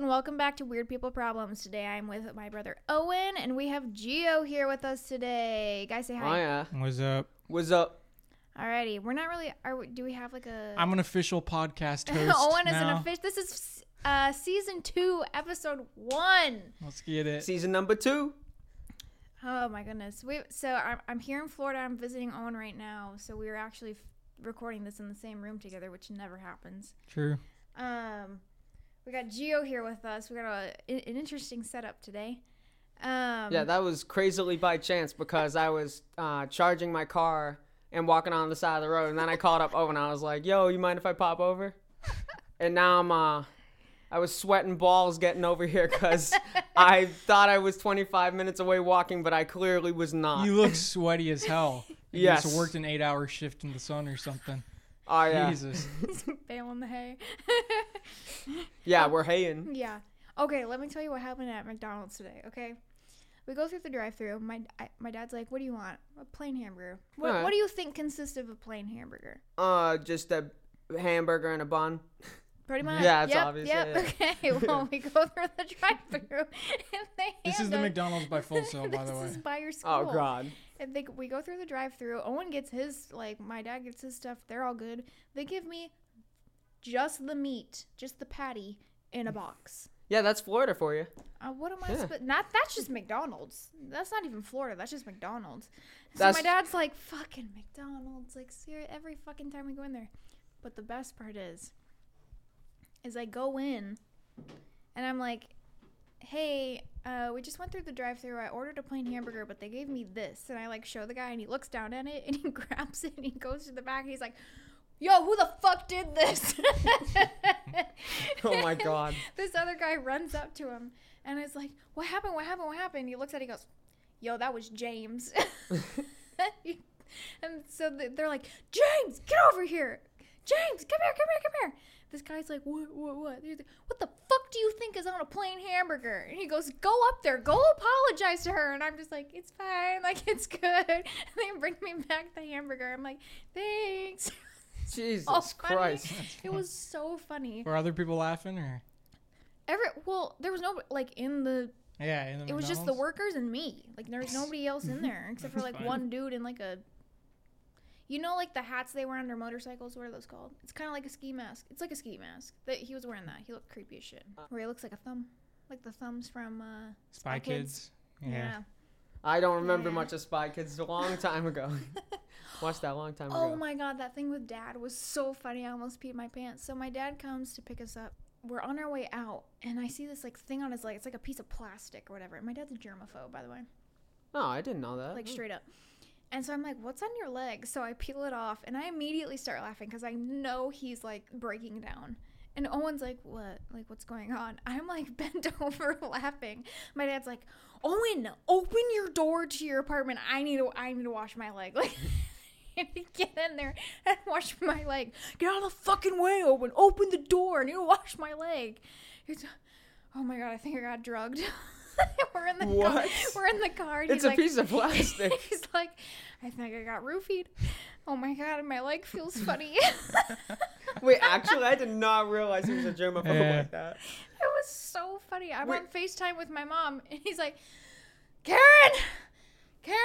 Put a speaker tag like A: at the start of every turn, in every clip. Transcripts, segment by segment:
A: welcome back to Weird People Problems. Today I'm with my brother Owen, and we have Geo here with us today. Guys, say hi.
B: Hiya.
C: What's up?
A: Uh,
B: What's up?
A: Alrighty, we're not really. Are we, do we have like a?
C: I'm an official podcast host.
A: Owen is an
C: now.
A: official. This is uh, season two, episode one.
C: Let's get it.
B: Season number two.
A: Oh my goodness. We so I'm I'm here in Florida. I'm visiting Owen right now. So we were actually f- recording this in the same room together, which never happens.
C: True.
A: Um, we got Geo here with us. We got a, i- an interesting setup today. Um,
B: Yeah, that was crazily by chance because I was uh, charging my car and walking on the side of the road, and then I called up Owen. I was like, "Yo, you mind if I pop over?" And now I'm, uh, I was sweating balls getting over here because I thought I was 25 minutes away walking, but I clearly was not.
C: You look sweaty as hell. You
B: uh, Yes.
C: just worked an eight-hour shift in the sun or something.
B: oh yeah,
C: Jesus.
A: baling the hay.
B: yeah, we're haying.
A: yeah. Okay, let me tell you what happened at McDonald's today. Okay, we go through the drive-through. My I, my dad's like, "What do you want? A plain hamburger. What
B: Alright.
A: What do you think consists of a plain hamburger?"
B: Uh, just a hamburger and a bun.
A: Pretty much.
B: Yeah, it's
A: yep,
B: obvious,
A: Yep.
B: yeah, yeah.
A: Okay. Well, we go through the drive-through, and they
C: This is
A: hand
C: the
A: us-
C: McDonald's by Full Sail, by the
A: this
C: way.
A: is by your school.
B: Oh God.
A: And they, we go through the drive-through. Owen gets his, like my dad gets his stuff. They're all good. They give me just the meat, just the patty in a box.
B: Yeah, that's Florida for you.
A: Uh, what am I?
B: Yeah.
A: Sp- not that's just McDonald's. That's not even Florida. That's just McDonald's. So my
B: That's-
A: dad's like, "Fucking McDonald's!" Like ser- every fucking time we go in there. But the best part is, is I go in, and I'm like, "Hey, uh, we just went through the drive-through. I ordered a plain hamburger, but they gave me this." And I like show the guy, and he looks down at it, and he grabs it, and he goes to the back, and he's like. Yo, who the fuck did this?
B: Oh my God.
A: this other guy runs up to him and is like, "What happened? What happened? What happened?" He looks at, it, he goes, "Yo, that was James." and so th- they're like, "James, get over here! James, come here, come here, come here!" This guy's like, "What? What? What? He's like, What the fuck do you think is on a plain hamburger?" And he goes, "Go up there, go apologize to her." And I'm just like, "It's fine, like it's good." And they bring me back the hamburger. I'm like, "Thanks."
B: Jesus
A: Oh, funny.
B: Christ.
A: It was so funny.
C: Were other people laughing or?
A: Every well, there was no like in the
C: Yeah. In the
A: It was just the
C: McDonald's?
A: workers and me. Like there was nobody else in there except for
C: That's
A: like
C: fine.
A: one dude in like a. You know, like the hats they wear on their motorcycles. What are those called? It's kind of like a ski mask. It's like a ski mask. That he was wearing that. He looked creepy as shit. Where he looks like a thumb, like the thumbs from. uh
C: Spy Kids. Yeah.
B: I don't remember
A: Yeah.
B: much of Spy Kids. A long time ago. Watched that a long time
A: Oh
B: ago.
A: my god, that thing with dad was so funny. I almost peed my pants. So my dad comes to pick us up. We're on our way out, and I see this like thing on his leg. It's like a piece of plastic or whatever. My dad's a germaphobe, by the way.
B: oh, I didn't know that.
A: like straight up. And so I'm like, "What's on your leg?" So I peel it off, and I immediately start laughing because I know he's like breaking down. And Owen's like, "What? Like, what's going on?" I'm like bent over laughing. My dad's like, "Owen, open your door to your apartment. I need to, I need to wash my leg." Like. I need to Get in there and wash my leg. Get out of the fucking way, Owen. Open the door and you wash my leg. He's, oh my god, I think I got drugged. we're in the car.
B: What?
A: We're in the car. and
B: It's
A: he's
B: a
A: like-
B: piece of plastic.
A: He's like, I think I got roofied. Oh my god, my leg feels funny.
B: Wait, actually, I did not realize he was a germaphobe
C: Yeah.
B: like that.
A: It was so funny. I'm
B: Wait.
A: on FaceTime with my mom, and he's like, Karen, Karen,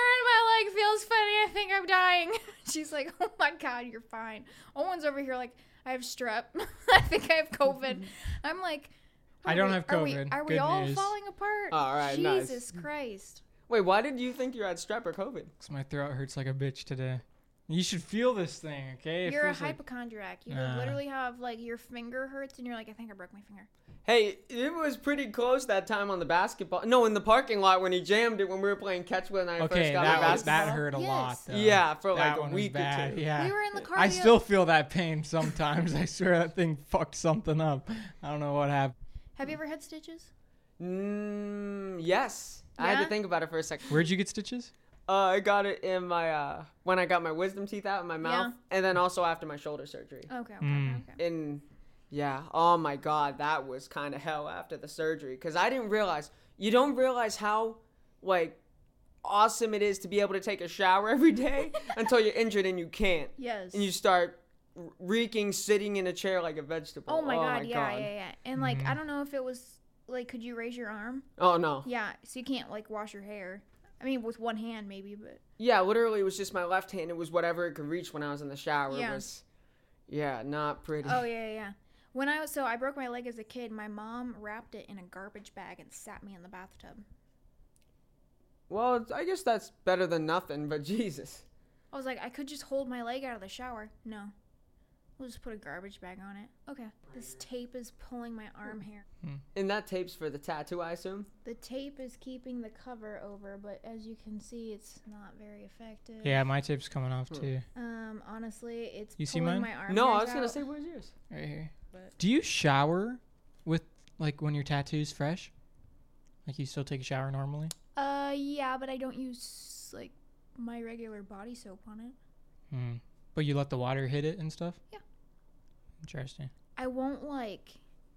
A: my leg feels funny. I think I'm dying. She's like, Oh my God, you're fine. Owen's over here, like, I have strep. I think I have COVID. I'm like,
C: I
A: are
C: don't
A: we-
C: have
A: Are we,
C: COVID.
A: are we
C: Good
A: all
C: news.
A: falling apart?
B: All right, nice.
A: Jesus Christ.
B: Wait, why did you think you had strep or COVID?
C: 'Cause my throat hurts like a bitch today. You should feel this thing, okay? It
A: you're a
C: feels like-
A: hypochondriac. You
C: Nah.
A: literally have, like, your finger hurts, and you're like, I think I broke my finger.
B: Hey, it was pretty close that time on the basketball. No, in the parking lot when he jammed it when we were playing catch when I first
C: okay,
B: got
C: that
B: my
C: was, that
B: basketball.
C: hurt a
A: Yes.
C: lot. Though.
B: Yeah, for like
C: that
B: a
C: one was
B: week or
C: bad.
B: two.
C: Yeah.
A: We were in the car.
C: I
A: the-
C: still feel that pain sometimes. I swear that thing fucked something up. I don't know what happened.
A: Have you
B: Hmm.
A: ever had stitches?
B: Mm, yes. I had
A: Yeah?
B: to think about it for a second.
C: Where'd you get stitches?
B: Uh, I got it in my uh when I got my wisdom teeth out in my mouth, and then also after my shoulder surgery.
A: Okay, okay,
B: Hmm.
C: Mm.
A: okay.
B: and yeah oh my god that was kind of hell after the surgery because i didn't realize you don't realize how like awesome it is to be able to take a shower every day until you're injured and you can't
A: Yes.
B: and you start reeking sitting in a chair like a vegetable Oh Hmm.
A: oh my god, yeah, yeah, yeah. And like I don't know if it was like could you raise your arm?
B: Oh no.
A: Yeah, so you can't like wash your hair. I mean, with one hand maybe, but
B: Yeah, literally, it was just my left hand. It was whatever it could reach when I was in the shower. Yeah.
A: Yeah.
B: Was, yeah, not pretty.
A: oh yeah, yeah, yeah. When I was so I broke my leg as a kid, my mom wrapped it in a garbage bag and sat me in the bathtub.
B: Well, it's- I guess that's better than nothing. But Jesus.
A: I was like, I could just hold my leg out of the shower. No, we'll just put a garbage bag on it. Okay, this tape is pulling my arm hair.
B: And that tape's for the tattoo, I assume.
A: The tape is keeping the cover over, but as you can see, it's not very effective.
C: Yeah, my tape's coming off too.
A: Um, honestly, it's
C: You see
A: pulling
C: mine?
A: my arm.
B: no, I
A: hairs
B: was gonna
A: out.
B: say, where's yours?
C: Hmm. Right here.
B: But-
C: Do you shower with like when your tattoo's fresh? Like you still take a shower normally?
A: Uh, yeah, but I don't use like my regular body soap on it.
C: Hmm. But you let the water hit it and stuff?
A: Yeah.
C: Interesting.
A: I won't like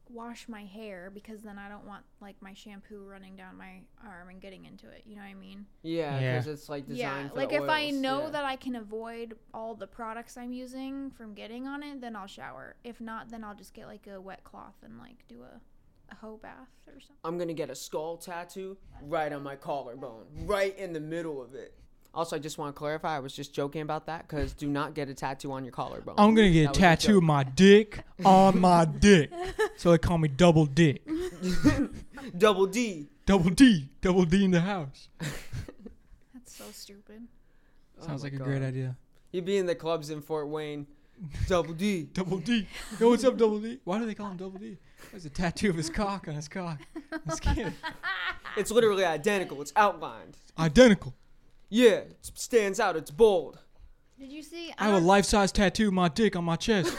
A: wash my hair because then I don't want like my shampoo running down my arm and getting into it. You know what I mean?
B: Yeah,
C: Yeah.
B: because it's like designed
A: yeah.
B: for the
A: Like if I
B: oils,
A: know
B: yeah.
A: that I can avoid all the products I'm using from getting on it, then I'll shower. If not, then I'll just get like a wet cloth and like do a a hoe bath or something.
B: I'm gonna get a skull tattoo right on my collarbone, right in the middle of it. Also, I just want to clarify, I was just joking about that because do not get a tattoo on your collarbone.
C: I'm gonna get
B: That
C: a
B: was
C: tattoo
B: joke.
C: of my dick on my dick. So they call me double dick.
B: Double D.
C: Double D. Double D in the house.
A: That's so stupid.
B: Oh
C: Sounds
B: my
C: like a
B: God.
C: great idea.
B: You'd be in the clubs in Fort Wayne. Double D.
C: Double D. Yo, what's up, Double D? Why do they call him Double D? There's a tattoo of his cock on his cock. This kid.
B: It's literally identical. It's outlined.
C: Identical.
B: Yeah, it stands out. It's bold.
A: Did you see?
C: I have a
A: don't-
C: life size tattoo of my dick on my chest.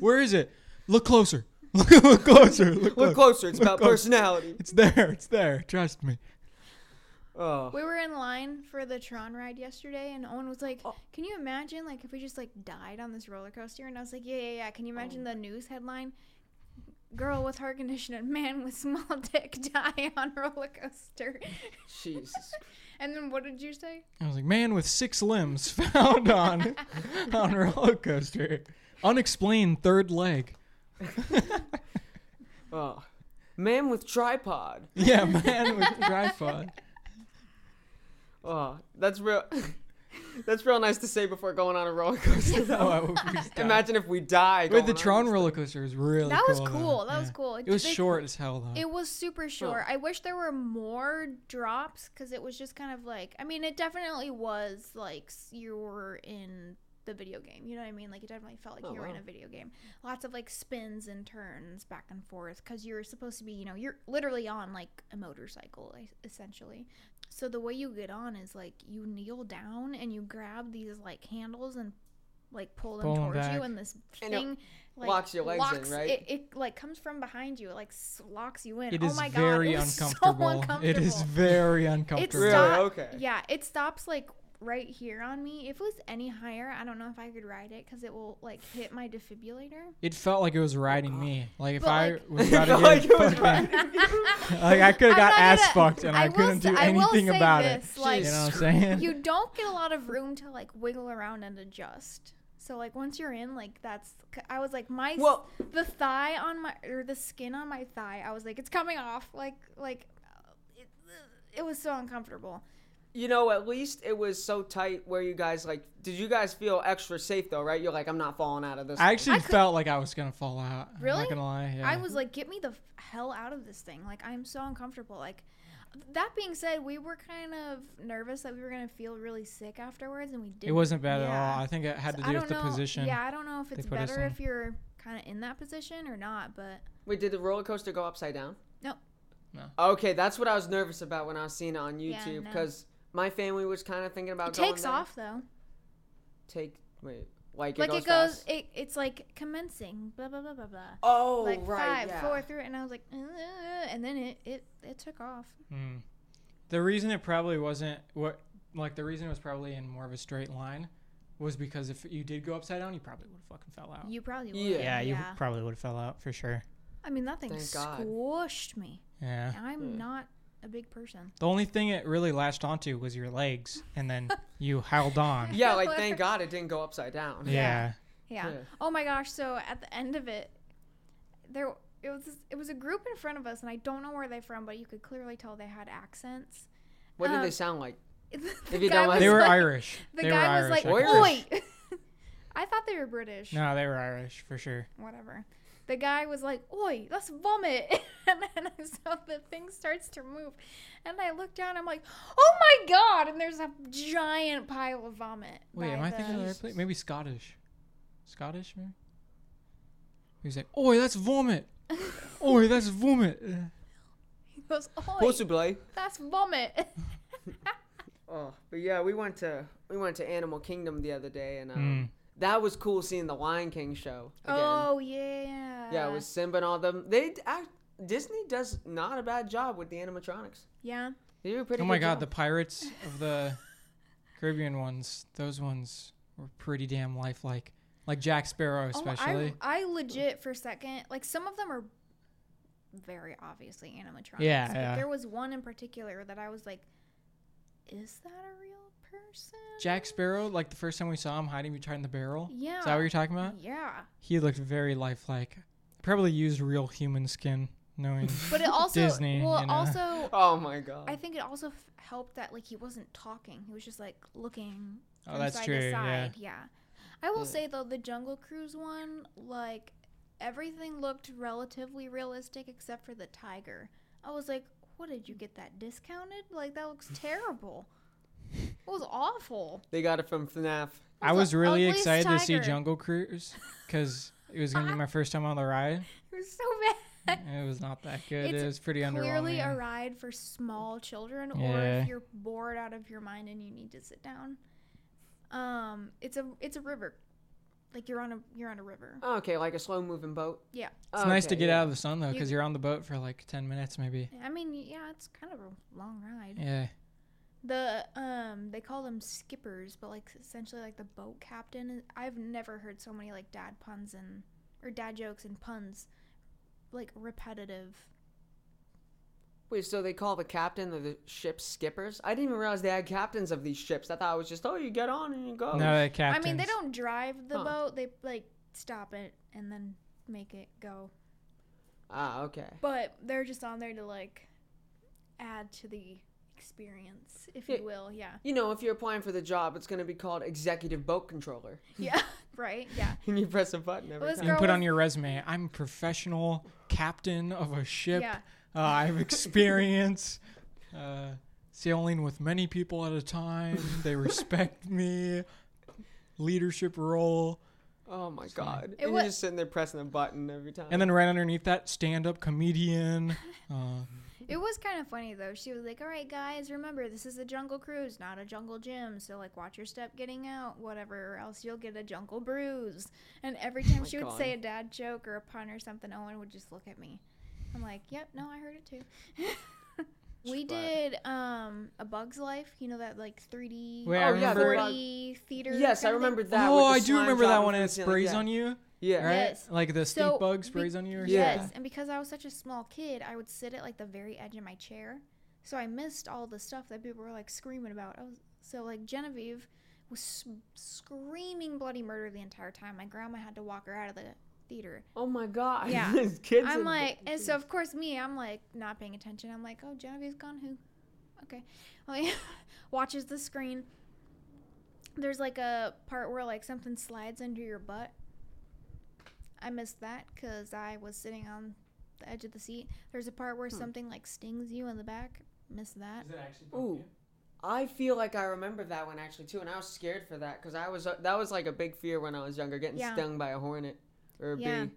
C: Where is it? Look closer. Look, look closer. Look,
B: Look
C: look
B: closer. It's
C: look
B: about
C: close.
B: personality.
C: It's there. It's there. Trust me.
B: Oh,
A: We were in line for the Tron ride yesterday, and Owen was like, "Can you imagine, like, if we just like died on this roller coaster?" And I was like, "Yeah, yeah, yeah." Can you imagine the news headline? Girl with heart condition and man with small dick die on roller coaster.
B: Jesus.
A: And then what did you say?
C: I was like, man with six limbs found on on roller coaster. Unexplained third leg.
B: Oh, man with tripod.
C: Yeah, man with tripod.
B: Oh, that's real. That's real nice to say before going on a roller coaster.
C: Oh, I would be stuck.
B: Imagine if we died.
C: Wait, the
B: going on
C: Tron
B: this
C: roller coaster was really
A: that was
C: cool. though.
A: cool. That was
C: Yeah.
A: cool.
C: It was
A: They-
C: short as hell though.
A: It was super short. I wish there were more drops because it was just kind of like, I mean, it definitely was like s- you were in the video game. You know what I mean? Like, it definitely felt like
B: Oh,
A: you were in
B: wow.
A: a video game. Lots of like spins and turns back and forth because you're supposed to be, you know, you're literally on like a motorcycle, e- essentially. So the way you get on is like you kneel down and you grab these like handles and like pull them
C: Pull 'em
A: towards you,
C: back.
A: and this
B: And it
A: thing like,
B: locks your legs in, right?
A: It, it like comes from behind you. It like s- locks you in.
C: It
A: oh
C: is
A: my god,
C: very
A: it was so
C: uncomfortable. It is
A: uncomfortable.
C: very
A: It
C: uncomfortable.
B: Really?
A: stops.
B: Okay.
A: Yeah, it stops like right here on me. If it was any higher, I don't know if I could ride it because it will like hit my defibrillator.
C: It felt like it was riding me. Like if
A: But,
C: I
A: like-
C: was
B: It
C: about to
B: felt
C: get
B: like it was
C: fucking-
B: riding
C: like I could
A: I'm
C: have got
A: not
C: ass
A: gonna-
C: fucked and I,
A: I will
C: couldn't
A: say-
C: do
A: I will
C: anything
A: say
C: about
A: this,
C: it.
A: like-
C: you know what I'm saying?
A: you don't get a lot of room to like wiggle around and adjust. So like once you're in, like that's I was like my s-
B: Well-
A: the thigh on my or the skin on my thigh. I was like it's coming off. Like like it, it was so uncomfortable.
B: You know, at least it was so tight where you guys like. Did you guys feel extra safe though? Right? You're like, I'm not falling out of this.
C: I actually
A: I could-
C: felt like I was gonna fall out. I'm
A: Really?
C: not gonna lie. Yeah.
A: I was like, get me the f- hell out of this thing. Like, I'm so uncomfortable. Like, that being said, we were kind of nervous that we were going to feel really sick afterwards, and we didn't.
C: It wasn't bad at
A: Yeah.
C: all. I think it had
A: So
C: to
A: I
C: do
A: don't
C: with the
A: know-
C: position.
A: Yeah, I don't know if it's
C: put us
A: better
C: in.
A: if you're kind of in that position or not, but
B: Wait, did the roller coaster go upside down?
A: No.
C: No.
B: Okay, that's what I was nervous about when I was seeing it on
A: Yeah,
B: YouTube
A: no.
B: because my family was kind of thinking about
A: it
B: going
A: takes
B: down.
A: off, though.
B: Take wait, like it
A: like,
B: goes.
A: it goes,
B: fast.
A: it, it's like commencing, blah, blah, blah, blah, blah.
B: Oh
A: like,
B: right,
A: five,
B: yeah.
A: four, three, and I was like, "Uh, uh, uh," and then it, it, it took off.
C: Mm. The reason it probably wasn't what like the reason it was probably in more of a straight line was because if you did go upside down, you probably would have fucking fell out.
A: You probably would.
B: Yeah.
C: Oh. yeah, you probably would have fell out for sure.
A: I mean, that thing
B: Thank God.
A: squished me.
C: Yeah.
A: I'm
B: Yeah.
A: not a big person.
C: The only thing it really latched onto was your legs, and then you held on.
B: Yeah, like thank God it didn't go upside down.
C: Yeah.
A: Yeah.
B: Yeah.
A: Oh my gosh. So at the end of it, there it was it was a group in front of us, and I don't know where they're from, but you could clearly tell they had accents.
B: What did
A: Um,
B: they sound like?
A: The
B: If you
A: guy
B: don't mind-
A: was
C: They were
A: like-
C: Irish.
A: The
C: they
A: guy
C: were
A: was
C: Irish.
A: like,
C: I think.
B: Irish.
A: "Oi!" I thought they were British.
C: No, they were Irish for sure.
A: Whatever. The guy was like, "Oi, let's vomit!" and then so the thing starts to move, and I look down. I'm like, "Oh my god!" And there's a giant pile of vomit.
C: Wait,
A: by
C: am I thinking of the
A: the-
C: right place? Maybe Scottish. Scottish, maybe? He was like, Oi, that's vomit. Oi, that's vomit.
A: He goes, "Oi,
B: Possibly.
A: that's vomit."
B: Oh, but yeah, we went to we went to Animal Kingdom the other day, and um,
C: Mm.
B: that was cool seeing the Lion King show again.
A: Oh yeah.
B: yeah, with Simba and all them. They d- act, Disney does not a bad job with the animatronics.
A: yeah.
B: They do a pretty.
C: Oh my
B: good
C: god,
B: job.
C: the pirates of the Caribbean ones, those ones were pretty damn lifelike. Like Jack Sparrow,
A: Oh,
C: especially.
A: I, I legit for a second, like some of them are very obviously animatronics.
C: Yeah,
A: but
C: yeah.
A: There was one in particular that I was like, "Is that a real person?"
C: Jack Sparrow, like the first time we saw him hiding behind the barrel.
A: Yeah.
C: Is that what you're talking about?
A: yeah,
C: He looked very lifelike. Probably used real human skin, knowing.
A: but it also
C: Disney,
A: well
C: you know.
A: also
B: Oh my god.
A: I think it also f- helped that like he wasn't talking; he was just like looking
C: oh,
A: from
C: that's
A: side
C: true.
A: to
C: Yeah.
A: side. Yeah. I will
B: Yeah.
A: say though, the Jungle Cruise one, like everything looked relatively realistic except for the tiger. I was like, what did you get that discounted? Like that looks terrible. It was awful.
B: they got it from FNAF.
C: I
A: was
C: was
A: the
C: really
A: ugliest
C: excited to see
A: tiger.
C: Jungle Cruise because it was gonna be my first time on the ride.
A: It was so bad.
C: and It was not that good.
A: It's
C: it was pretty
A: Clearly a
C: underwhelming.
A: ride for small children or
C: Yeah.
A: if you're bored out of your mind and you need to sit down. Um, it's a it's a river. Like you're on a you're on a river.
B: Okay, like a slow moving boat.
A: Yeah.
C: It's nice to get
B: out
C: out of the sun though,
A: You-
C: because you're on the boat for like ten minutes maybe.
A: I mean, yeah, it's kind of a long ride.
C: Yeah.
A: The um they call them skippers, but like essentially like the boat captain. is- I've never heard so many like dad puns and or dad jokes and puns like repetitive.
B: Wait, so they call the captain of the ship's skippers? I didn't even realize they had captains of these ships. I thought it was just, oh, you get on and you go.
C: No, the
A: I
C: captain.
A: mean, they don't drive the
B: Huh.
A: boat. They like stop it and then make it go.
B: Ah, okay.
A: But they're just on there to like add to the experience, if you
B: Yeah.
A: will. Yeah.
B: You know, if you're applying for the job, it's going to be called executive boat controller.
A: Yeah. right? Yeah.
B: And you press a button every
A: Well, this
B: time.
C: You can
A: Girl
C: put
A: was-
C: on your resume. I'm a professional captain of a ship.
A: Yeah.
C: Uh, I have experience uh, sailing with many people at a time. They respect me. Leadership role.
B: Oh my god.
A: It
B: and
A: wa-
B: you're just sitting there pressing a button every time.
C: And then right underneath that, stand up comedian. Uh,
A: It was kind of funny though. She was like, "All right, guys, remember this is a jungle cruise, not a jungle gym. So like, watch your step getting out, whatever, or else you'll get a jungle bruise." And every time
B: Oh my
A: she would say a
B: God.
A: dad joke or a pun or something, Owen would just look at me. I'm like, "Yep, no, I heard it too." we
B: Spot.
A: did um a Bug's Life. You know that like 3D,
C: Wait, I
B: Oh, yeah, the
C: remember-
B: bug-
A: 4D theater.
B: yes, I
A: kind of thing?
B: remember that.
C: oh,
B: with
C: I
B: the
C: do
B: slime
C: remember that
B: dropping from
C: one. And
B: the
C: it
B: ceiling.
C: sprays
B: Yeah.
C: on you.
B: Yeah.
C: right?
A: Yes.
C: Like the stink
A: So,
C: bug
A: be-
C: sprays on you or
B: Yeah.
A: Yes, and because I was such a small kid, I would sit at like the very edge of my chair, so I missed all the stuff that people were like screaming about. I was, so like Genevieve was s- screaming bloody murder the entire time. My grandma had to walk her out of the theater.
B: Oh my god.
A: Yeah.
B: These kids
A: I'm
B: are-
A: like, and so of course me, I'm like not paying attention. I'm like, oh, Genevieve's gone. Who? Okay, like watches the screen. There's like a part where like something slides under your butt. I missed that because I was sitting on the edge of the seat. There's a part
B: Hmm.
A: where something like stings you in the back. Missed that.
B: Ooh. I feel like I remember that one actually too, and I was scared for that because I was uh, that was like a big fear when I was younger, getting
A: Yeah.
B: stung by a hornet or a
A: Yeah.
B: bee.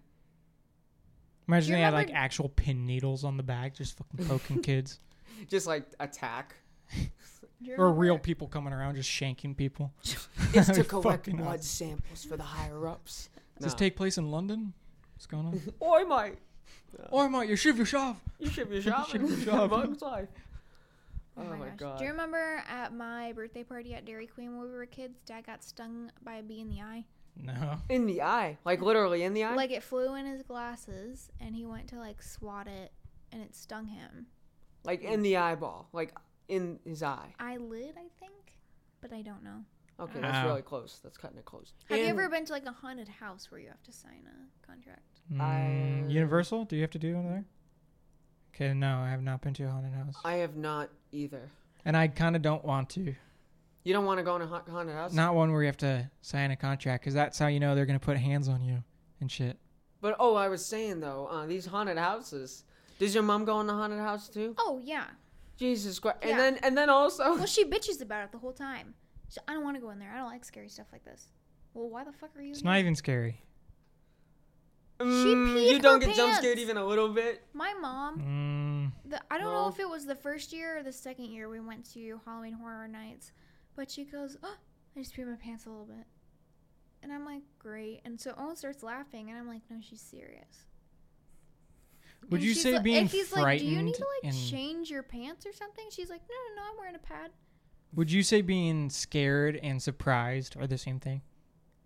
C: Imagine
A: You
C: they had like
A: remember-
C: actual pin needles on the back, just fucking poking kids,
B: Just like attack.
A: Do you
C: or
A: remember-
C: real people coming around just shanking people.
B: It's
C: That'd
B: to
C: be
B: collect
C: fucking
B: blood
C: awesome.
B: samples for the higher ups.
C: Does this take place in London? What's going on?
B: Oi, mate.
C: oh my, you shiv your shav.
B: You should be
C: should
B: shopping.
C: be shopping.
B: Bug's life. Oh, my, god.
A: Do you remember at my birthday party at Dairy Queen when we were kids, Dad got stung by a bee in the eye?
C: No.
B: In the eye. Like literally in the eye?
A: like it flew in his glasses and he went to like swat it and it stung him
B: Like in the eyeball. Like in his eye.
A: eyelid i think but i don't know
B: Okay, that's
C: Ow.
B: really close. That's cutting it close.
A: Have you
B: In-
A: ever been to like a haunted house where you have to sign a contract?
B: I-
C: Mm, Universal? Do you have to do one there? Okay, no, I have not been to a haunted house,
B: I have not either.
C: and I kind of don't want to.
B: You don't want to go in a hau- haunted house.
C: Not one where you have to sign a contract, because that's how you know they're gonna put hands on you and shit.
B: But oh, I was saying though, uh, these haunted houses. Does your mom go in the haunted house too?
A: Oh yeah.
B: Jesus Christ!
A: Yeah.
B: And then and then also,
A: Well, she bitches about it the whole time. So I don't want to go in there. I don't like scary stuff like this. Well, why the fuck are you?
C: It's
A: in there?
C: not even scary.
B: Mm,
A: peed
B: you don't
A: her
B: get jump scared
A: pants.
B: even a little bit.
A: My mom.
C: Mm,
A: The, I don't know
B: Well-
A: if it was the first year or the second year we went to Halloween Horror Nights, but she goes, "Oh, I just peed my pants a little bit," and I'm like, "Great!" And so Owen starts laughing, and I'm like, "No, she's serious."
C: Would
A: And
C: you
A: she's
C: say
A: like-
C: being
A: and he's like, "Do you need
C: frightened
A: to like
C: and-
A: change your pants or something?" She's like, "No, no, no, I'm wearing a pad."
C: would you say being scared and surprised are the same thing?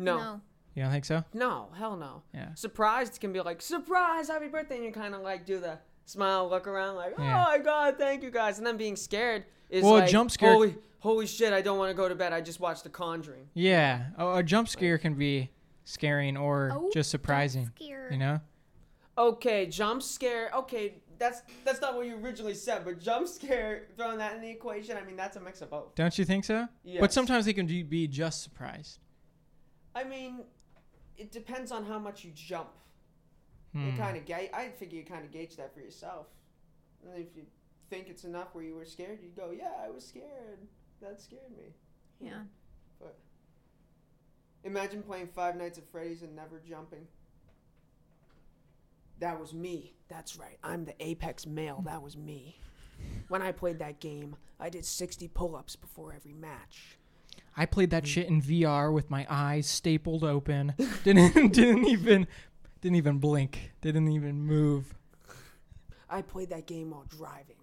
B: No,
C: You don't think so?
B: no, hell no.
C: Yeah.
B: Surprised can be like surprise, happy birthday, and you kind of like do the smile, look around, like
C: Yeah.
B: oh my god, thank you guys. And then being scared is
C: Well, a
B: like
C: jump scare-
B: Holy, holy shit! I don't want to go to bed. I just watched The Conjuring.
C: Yeah. A, a jump scare can be scaring or
A: Oh,
C: just surprising.
A: That's scary.
C: You know?
B: Okay, jump scare. Okay, that's that's not what you originally said, but jump scare throwing that in the equation. I mean, that's a mix of both.
C: Don't you think so? But
B: Yes.
C: sometimes they can ju- be just surprised.
B: I mean, it depends on how much you jump. You
C: Hmm.
B: kind of ga- I figure you kind of gauge that for yourself. And if you think it's enough where you were scared, you go, "Yeah, I was scared. That scared me."
A: Yeah.
B: Imagine playing Five Nights at Freddy's and never jumping. That was me. That's right. I'm the apex male. That was me. When I played that game, I did 60 pull-ups before every match.
C: I played that shit in VR with my eyes stapled open. didn't didn't even didn't even blink. Didn't even move.
B: I played that game while driving.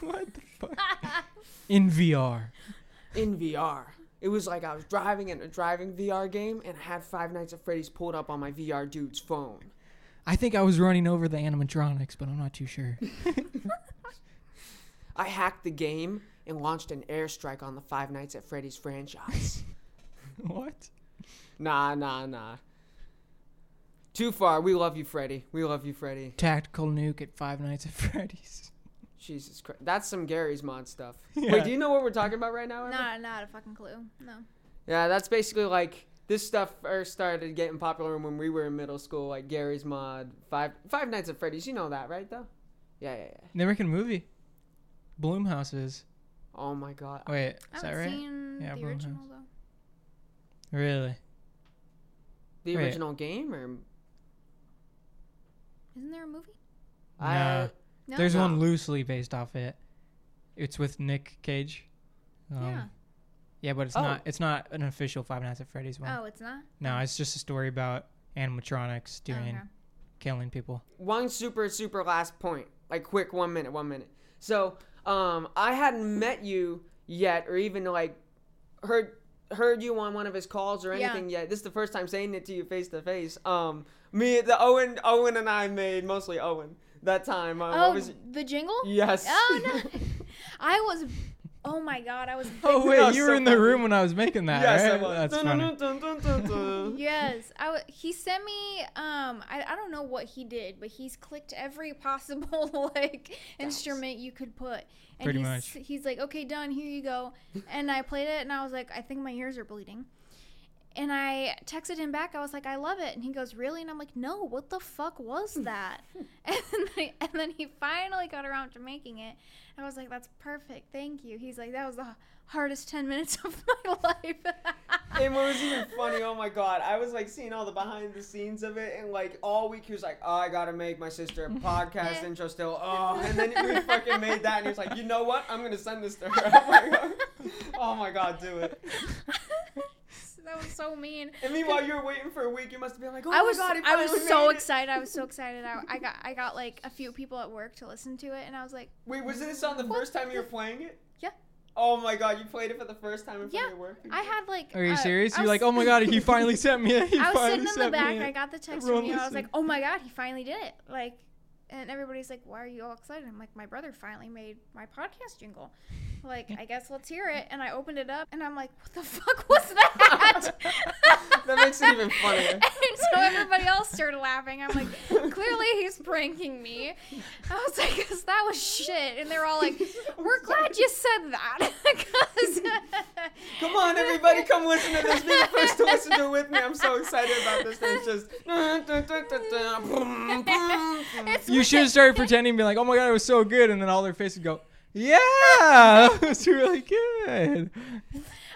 C: what the fuck? in VR.
B: in VR. It was like I was driving in a driving VR game and I had Five Nights at Freddy's pulled up on my VR dude's phone.
C: I think I was running over the animatronics, but I'm not too sure.
B: I hacked the game and launched an airstrike on the Five Nights at Freddy's franchise.
C: what?
B: nah, nah, nah. Too far. We love you, Freddy. We love you, Freddy.
C: Tactical nuke at Five Nights at Freddy's.
B: Jesus Christ. That's some Gary's mod stuff.
C: Yeah.
B: Wait, do you know what we're talking about right now? Emma?
A: Not, not a fucking clue. No.
B: Yeah, that's basically like this stuff first started getting popular when we were in middle school, like Gary's mod, Five Five Nights at Freddy's. You know that, right? Though. Yeah, yeah, yeah.
C: They make a movie. Bloomhouse is.
B: Oh my God.
C: Wait,
A: I
C: is that
A: haven't
C: right?
A: seen
C: Yeah,
A: the
C: Blumhouse.
A: original though.
C: Really?
B: The
C: Wait.
B: original game, or
A: Isn't there a movie?
B: I,
C: No. There's
B: No.
C: one loosely based off it. It's with Nick Cage. Um,
A: yeah.
C: yeah, but it's
B: Oh.
C: not. It's not an official Five Nights at Freddy's one.
A: Oh, it's not.
C: No, it's just a story about animatronics
A: Oh,
C: doing
A: okay.
C: killing people.
B: one super super last point, like quick one minute, one minute. So, um, I hadn't met you yet, or even like heard heard you on one of his calls or
A: Yeah.
B: anything yet. This is the first time saying it to you face to face. Um, me, the Owen, Owen and I made mostly Owen that time. Uh, what
A: Oh,
B: was-
A: the jingle?
B: yes.
A: Oh no. I was. Oh my god, I was.
C: Oh wait,
B: No,
C: you were
B: so
C: in the
B: funny.
C: room when I was making that.
B: yes, I
C: right?
B: was.
C: That's funny.
B: Dun-dun-dun-dun-dun-dun.
A: Yes, I w- he sent me. Um, I, I don't know what he did, but he's clicked every possible like instrument you could put, and
C: Pretty
A: he's he's like, okay, done, here you go, and I played it, and I was like, I think my ears are bleeding, and I texted him back, I was like, I love it, and he goes, really, and I'm like, no, what the fuck was that, and then, and then he finally got around to making it, and I was like, that's perfect, thank you. He's like, that was the hardest ten minutes of my life.
B: And what was even funny, oh my god, I was like seeing all the behind the scenes of it, and like all week he was like, oh, I gotta make my sister a podcast intro still. Oh, and then we fucking made that, and he was like, you know what? I'm gonna send this to her. I'm like, oh my god, do it.
A: that was so mean.
B: And meanwhile, you were waiting for a week, you must have been like, oh
A: I was
B: my god, he
A: I was
B: finally
A: so
B: made it."
A: excited. I was so excited. I, I got I got like a few people at work to listen to it, and I was like,
B: Wait, was this on the first time you were playing it?
A: Yeah.
B: Oh my god, you played it for the first time in front
A: Yeah,
B: of your work?
A: I had like.
C: Are you
A: uh,
C: serious?
A: I
C: You're like,
A: was-
C: oh my god, he finally sent me. He
A: I was
C: finally
A: sitting in
C: sent
A: the back.
C: me.
A: I got the text
C: Everyone
A: from you. and I was
C: listen.
A: like, oh my god, he finally did it. Like, And everybody's like, "Why are you all excited?" I'm like, "My brother finally made my podcast jingle. Like, I guess let's hear it." And I opened it up, and I'm like, "What the fuck was that?"
B: That makes it even funnier.
A: and so everybody else started laughing. I'm like, "Clearly, he's pranking me." I was like, "Cause that was shit," and they're all like, "We're glad you said that." 'Cause-
B: Come on, everybody, come listen to this. Be the first to listen to it with me. I'm so excited about this. It's just.
A: It's
C: You
A: weird.
C: should have started pretending, be like, "Oh my god, it was so good," and then all their faces go, "Yeah, that was really good."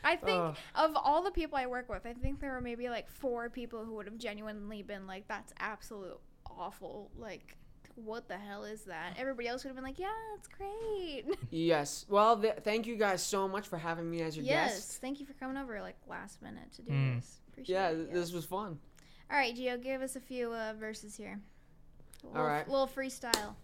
A: I think
B: Ugh.
A: of all the people I work with, I think there were maybe like four people who would have genuinely been like, "That's absolute awful." Like, what the hell is that? Everybody else would have been like, "Yeah, it's great."
B: Yes. Well, th- thank you guys so much for having me as your
A: yes,
B: guest.
A: thank you for coming over like last minute to do
C: Mm.
A: this. Appreciate
B: Yeah,
A: it.
B: th-
A: yeah.
B: this was fun.
A: All right, Gio, give us a few uh, verses here. A little,
B: right.
A: little freestyle.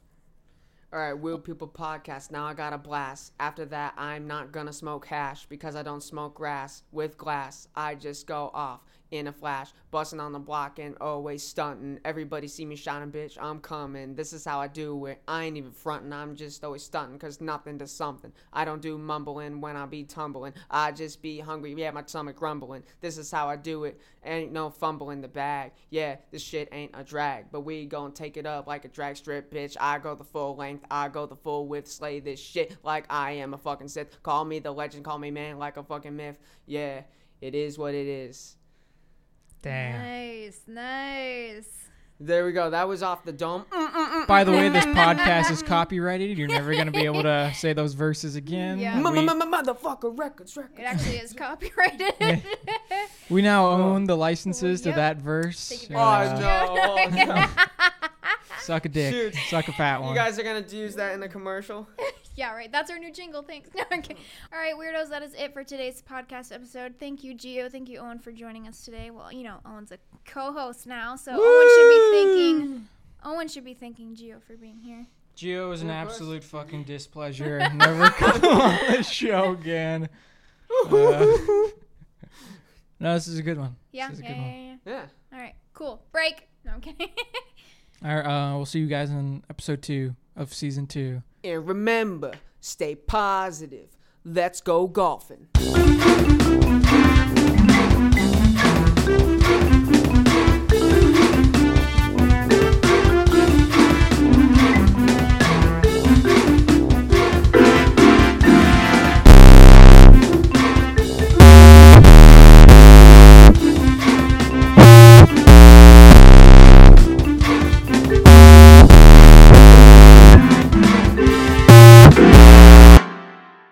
B: All right, Weird People Podcast. Now I got a blast. After that, I'm not gonna smoke hash because I don't smoke grass with glass. I just go off in a flash, busting on the block and always stunting. Everybody see me shining, bitch. I'm coming. This is how I do it. I ain't even fronting. I'm just always stunting because nothing to something. I don't do mumbling when I be tumbling. I just be hungry. Yeah, my stomach rumbling. This is how I do it. Ain't no fumbling the bag. Yeah, this shit ain't a drag, but we gon' take it up like a drag strip, bitch. I go the full length, I go the full width, slay this shit like I am a fucking Sith. Call me the legend, call me man like a fucking myth. Yeah, it is what it is.
A: Nice, nice.
B: There we go. That was off the dome. Mm,
C: By the way, this podcast is copyrighted. You're never gonna be able to say those verses again.
A: Yeah.
C: We,
B: Motherfucker records,
A: It
B: records.
A: actually is copyrighted.
C: we now own the licenses to
A: Oh. Yep.
C: that verse.
A: you
B: Oh
A: very much.
C: Uh,
B: no! oh, no.
C: Suck a dick.
B: Shoot.
C: Suck a fat one.
B: You guys are gonna use that in a commercial.
A: Yeah, right. That's our new jingle. Thanks. No, okay. All right, weirdos. That is it for today's podcast episode. Thank you, Gio. Thank you, Owen, for joining us today. Well, you know, Owen's a co-host now, so Owen should be thanking. Owen should be thanking Gio for being here.
C: Gio is an
B: Of course.
C: absolute fucking displeasure. Never come on the show again. Uh, no, this is a good one.
A: Yeah.
C: This is
A: Yeah,
C: a good
A: yeah,
C: one.
A: yeah,
B: Yeah.
A: yeah. All right. Cool. Break. No, I'm kidding.
C: All right, uh, we'll see you guys in episode two of season two.
B: And remember, stay positive. Let's go golfing.